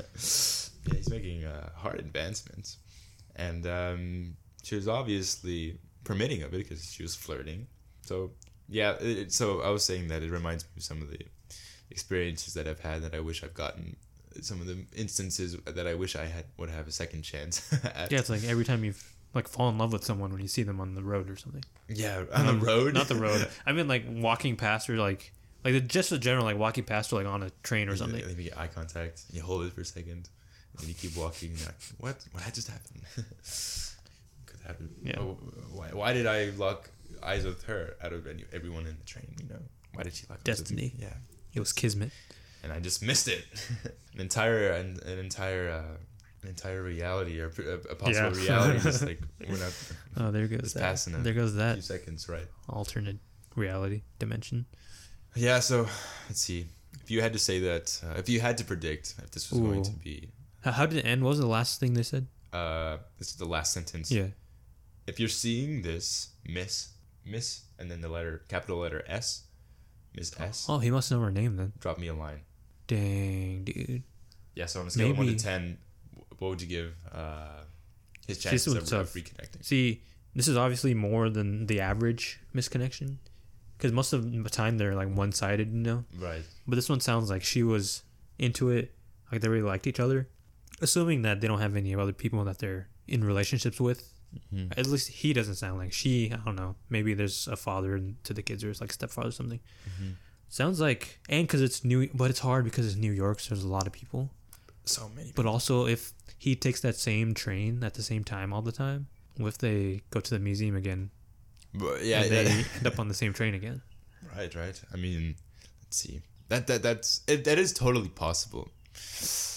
C: Yeah, he's making uh, hard advancements, and um, she was obviously permitting of it because she was flirting. So yeah, it, it- so I was saying that it reminds me of some of the experiences that I've had that I wish I've gotten. Some of the instances that I wish I had would have a second chance. at.
B: Yeah, it's like every time you've like fall in love with someone when you see them on Mm-hmm. the road or something.
C: Yeah, on the road.
B: Not the road. I mean like walking past or like Like the- just a general like walking past her like on a train or something.
C: Let me get eye contact. You hold it for a second, and you keep walking. And you're like, what? What just happened? Could happen.
B: Yeah.
C: Oh, Why, why did I lock eyes with her out of any, everyone in the train? You know. Why did she lock eyes with me?
B: Destiny.
C: Yeah.
B: It was kismet.
C: and I just missed it. an entire an, an entire uh, an entire reality or p- a, a possible
B: Yeah.
C: reality just like went up
B: Oh, there goes
C: just
B: that.
C: passing in
B: There goes
C: a
B: that
C: few seconds, right?
B: alternate reality dimension.
C: Yeah. So let's see. If you had to say that, uh, if you had to predict if this was going
B: Ooh.
C: to be,
B: How, how did it end? What was the last thing they said?
C: uh, this is the last sentence.
B: Yeah.
C: If you're seeing this, Miss Miss, and then the letter capital letter S, Miss S,
B: Oh, he must know her name then.
C: drop me a line.
B: Dang, dude.
C: Yeah. So on a scale of one to
B: Maybe-
C: ten, wh- what would you give uh, his
B: This
C: chances
B: was
C: of, of
B: tough.
C: reconnecting?
B: See, this is obviously more than the average misconnection, because most of the time they're like one-sided, you know.
C: Right.
B: But this one sounds like she was into it, like they really liked each other. Assuming that they don't have any other people that they're in relationships with. At least he doesn't sound like she. I don't know. Maybe there's a father to the kids, or it's like stepfather or something. Sounds like, and because it's new, but it's hard because it's New York, so there's a lot of people.
C: So many.
B: But also, if he takes that same train at the same time all the time, what if they go to the museum again
C: But yeah,
B: and they
C: that-
B: end up on the same train again?
C: right, right. I mean, let's see. That that that's it, that is totally possible.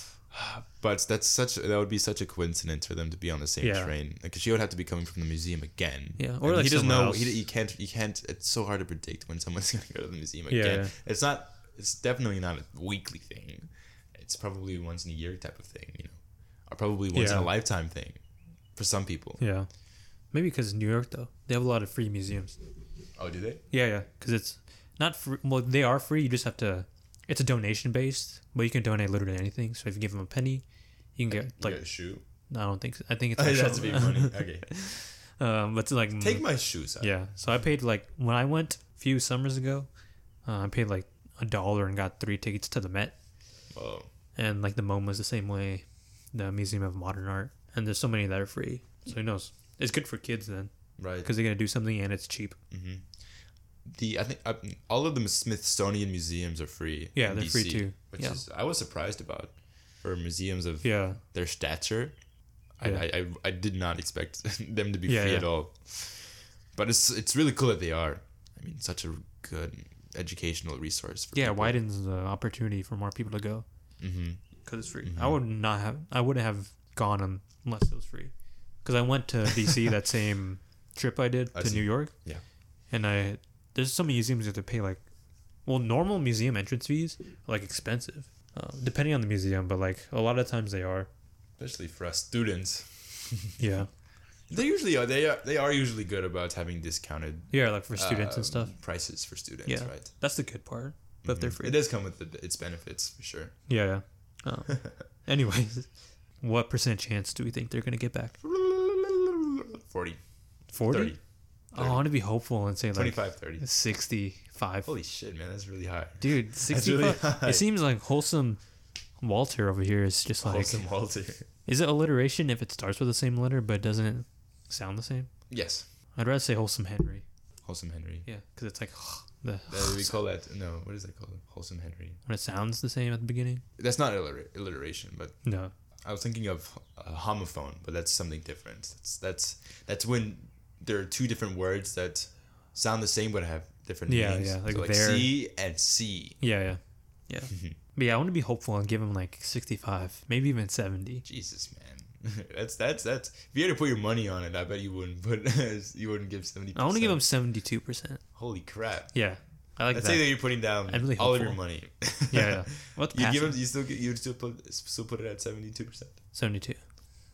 C: But that's such that would be such a coincidence for them to be on the same
B: Yeah.
C: train because she would have to be coming from the museum again.
B: Yeah, or
C: or
B: like
C: he doesn't
B: somewhere
C: know.
B: else.
C: He, he can't. He can't. It's so hard to predict when someone's going to go to the museum
B: Yeah,
C: again.
B: yeah.
C: It's not. It's definitely not a weekly thing. It's probably once in a year type of thing, you know, or probably once in a
B: Yeah.
C: lifetime thing, for some people.
B: Yeah. Maybe because New York, though, they have a lot of free museums.
C: Oh, do they?
B: Yeah, yeah. Because it's not free. Well, they are free. You just have to. It's a donation based, but you can donate literally anything. So if you give them a penny, you can get like.
C: you got a shoe.
B: no, I don't think. So. I think it's.
C: It
B: Like
C: has to be money. Okay,
B: um, but it's like.
C: take my shoes. Out.
B: Yeah. So I paid like when I went a few summers ago, uh, I paid like a dollar and got three tickets to the Met,
C: Whoa.
B: and like the MoMA is the same way, the Museum of Modern Art, and there's so many that are free. So who knows? It's good for kids then,
C: Right.
B: because they're gonna do something and it's cheap.
C: the I think uh, all of the Smithsonian museums are free.
B: Yeah,
C: in
B: they're free too.
C: Which
B: Yeah.
C: is I was surprised about for museums of
B: Yeah.
C: their stature.
B: Yeah.
C: I, I, I I did not expect them to be
B: Yeah,
C: free
B: yeah.
C: at all. But it's it's really cool that they are. I mean, such a good educational resource. For
B: Yeah,
C: people.
B: widens the opportunity for more people to go.
C: Mm-hmm.
B: Because it's free. I would not have. I wouldn't have gone un- unless it was free. Because I went to DC that same trip I did
C: I
B: to
C: see.
B: New York,
C: Yeah.
B: and I there's some museums you have to pay like, well, normal museum entrance fees are, like expensive, uh, depending on the museum, but like a lot of times they are.
C: Especially for us students,
B: Yeah.
C: they usually are. They are they are usually good about having discounted
B: Yeah, like for students
C: um,
B: and stuff.
C: prices for students.
B: Yeah,
C: Right. Mm-hmm.
B: that's the good part. But they're free.
C: It does come with the, its benefits for sure.
B: Yeah. yeah. Oh. Anyways, what percent chance do we think they're gonna get back?
C: Forty.
B: 40?
C: 30.
B: Oh, I want to be hopeful and say like
C: 25, 30.
B: 65.
C: Holy shit, man, that's really high.
B: Dude,
C: really
B: 65.
C: high.
B: it seems like wholesome Walter over here is just like.
C: Wholesome Walter.
B: Is it alliteration if it starts with the same letter but doesn't sound the same?
C: Yes.
B: I'd rather say wholesome Henry.
C: Wholesome Henry.
B: Yeah, because it's like the
C: That- we call that no. What is that called? Wholesome Henry.
B: when it sounds the same at the beginning.
C: That's not illiter- alliteration, but
B: No.
C: I was thinking of a homophone, but that's something different. That's that's that's when there are two different words that sound the same but have different
B: Yeah,
C: meanings.
B: yeah, like
C: so like
B: there.
C: C and C.
B: Yeah, yeah, yeah.
C: Mm-hmm.
B: But yeah, I want to be hopeful and give him like 65, maybe even 70.
C: Jesus, man, that's that's that's. If you had to put your money on it, I bet you wouldn't put you wouldn't give seventy.
B: I want to give him 72 percent.
C: Holy crap!
B: Yeah, I like
C: Let's
B: that.
C: say that you're putting down
B: I'm really
C: all of your
B: hopeful.
C: money.
B: yeah, yeah. What
C: You give him. You still get. You still put. Still put it at seventy two percent.
B: 72.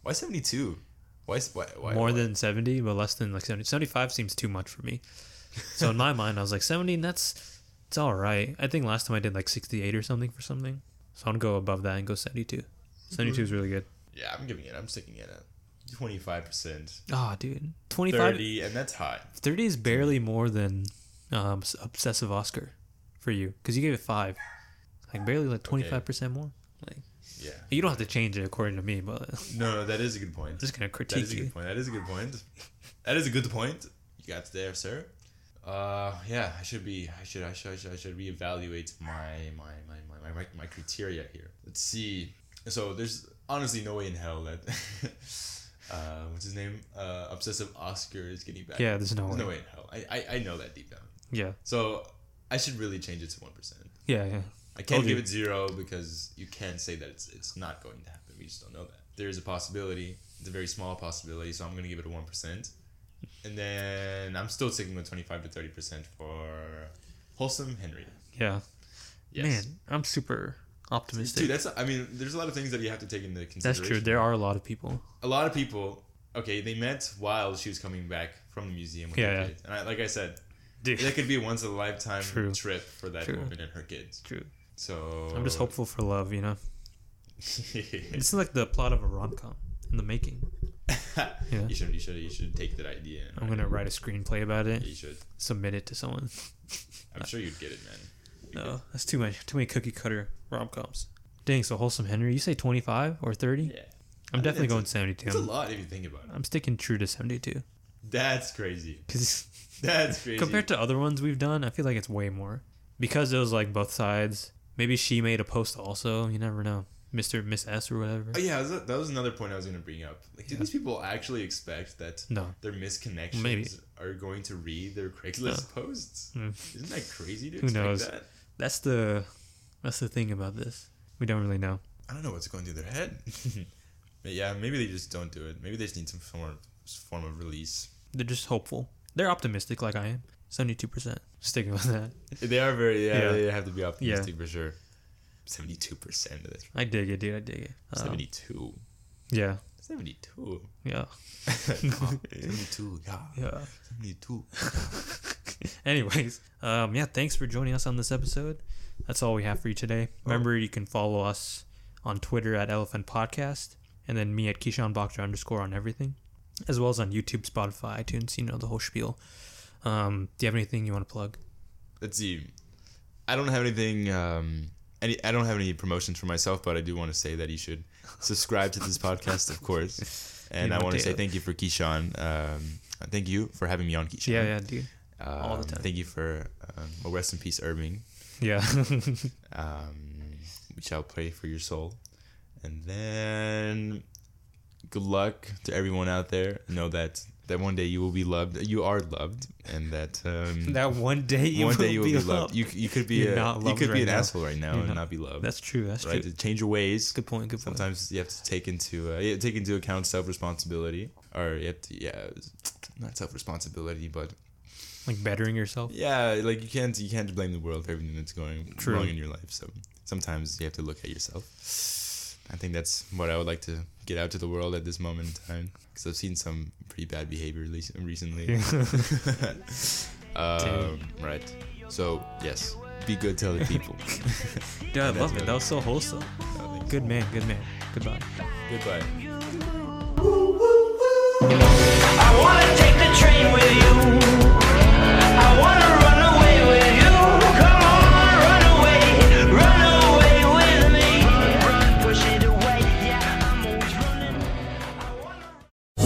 C: Why seventy two? Why? s- Why? why
B: more
C: why?
B: than 70 but less than like 70 75 seems too much for me so in my mind i was like 70 that's it's all right i think last time i did like 68 or something for something so i'm gonna go above that and go 72 72 is really good
C: Yeah, I'm giving it. I'm sticking it at twenty five percent,
B: ah dude 25 30.
C: thirty, and that's high.
B: is barely more than um s- obsessive oscar for you because you gave it five like barely like 25% more like
C: Yeah.
B: you don't have to change it according to me but i'm
C: No, no, that is a good point.
B: just gonna
C: That
B: critique
C: is a
B: you
C: good point. That is a good point. That is a good point. You got there, sir. Uh, yeah, I should be. I should. I should. I should. I should reevaluate my my my my my, my, my criteria here. Let's see. So there's honestly no way in hell that. uh, what's his name? Uh, obsessive Oscar is getting back.
B: Yeah, there's no
C: there's
B: way.
C: no way in hell. I, I I know that deep down.
B: Yeah.
C: So I should really change it to one percent.
B: Yeah, yeah.
C: I can't
B: Told
C: give
B: you.
C: it zero because you can't say that it's it's not going to happen. We just don't know that. There is a possibility. It's a very small possibility, so I'm gonna give it a one percent. And then I'm still taking the twenty five to thirty percent for wholesome Henry.
B: Yeah.
C: Yes.
B: Man, I'm super optimistic.
C: Dude, that's I mean, there's a lot of things that you have to take into
B: that's
C: consideration.
B: true. There are a lot of people.
C: a lot of people. Okay, they met while she was coming back from the museum with
B: Yeah,
C: her
B: yeah.
C: kids, and I, like I said,
B: Dude.
C: that could be a once in a lifetime
B: True.
C: trip for that
B: True.
C: woman and her kids.
B: True.
C: So
B: I'm just hopeful for love, you know.
C: hopeful.
B: It's like the plot of a rom com in the making. Yeah.
C: You should, you should, you should take that idea. And
B: I'm gonna write a screenplay about it,
C: You should.
B: submit it to someone.
C: I'm sure you'd get it, man.
B: No, that's too much. Too many cookie cutter rom coms. Dang, so wholesome Henry. You say 25 or 30? I'm definitely
C: it's a-
B: going 72.
C: It's a
B: I'm,
C: lot if you think about it.
B: I'm sticking true to 72
C: That's crazy.
B: because
C: That's crazy.
B: compared to other ones we've done, I feel like it's way more because it was like both sides. Maybe she made a post also. You never know, Mister Miss S or whatever.
C: oh, yeah, that was- that was another point I was gonna bring up. Like, do these people actually expect that
B: No.
C: their misconnections
B: Maybe.
C: are going to read their Craigslist posts? Isn't that crazy to
B: Mm. Who
C: expect
B: knows?
C: that?
B: That's the that's the thing about this. We don't really know.
C: I don't know what's going through their head. but yeah, maybe they just don't do it. Maybe they just need some form form of release.
B: They're just hopeful. They're optimistic, like I am. 72%. Sticking with that.
C: They are very yeah.
B: Yeah.
C: They have to be optimistic for sure. Seventy two percent of this.
B: I dig it, dude. I dig it. Um,
C: Seventy two.
B: Yeah.
C: 72.
B: Yeah.
C: 72, yeah.
B: Yeah.
C: 72.
B: Anyways, um, yeah, thanks for joining us on this episode. That's all we have for you today. Remember, you can follow us on Twitter at Elephant Podcast, and then me at Keyshawn Boxer underscore on everything, as well as on YouTube, Spotify, iTunes, you know, the whole spiel. Um, do you have anything you want to plug?
C: Let's see. I don't have anything. Um, any, I don't have any promotions for myself, but I do want to say that you should subscribe to this podcast, of course. And
B: You
C: I
B: know
C: want to
B: what
C: say
B: they-
C: thank you for Keyshawn. Um, thank you for having me on, Keyshawn.
B: Yeah, yeah, dude.
C: Um,
B: all the time.
C: Thank you for. Um, well, rest in peace, Irving.
B: Yeah.
C: Um, we shall pray for your soul. And then good luck to everyone out there. Know that that one day you will be loved. You are loved, and that um,
B: that one day you
C: one
B: will
C: day you will
B: be
C: be
B: loved.
C: loved. You you could be
B: You're
C: a,
B: not
C: you
B: loved
C: could
B: right
C: be an
B: now.
C: asshole right now
B: You're
C: and
B: not-
C: not, be loved.
B: That's true. That's
C: right.
B: true.
C: To change your ways.
B: Good point. Good point.
C: Sometimes you have to take into uh, yeah, take into account self responsibility, or you have to yeah, not self responsibility, but
B: Like bettering yourself.
C: yeah, like you can't you can't blame the world for everything that's going
B: True.
C: wrong in your life. So sometimes you have to look at yourself. I think that's what I would like to get out to the world at this moment in time because I've seen some pretty bad behavior le- recently. um, right. So yes, be good to other people.
B: Yeah, I love
C: what
B: it. That was so wholesome. Good man. Good man. Goodbye.
C: Goodbye.
F: I wanna take the train with you. I wanna run away with you. Come on, run away, run away with me. Push it away, yeah, I'm always running.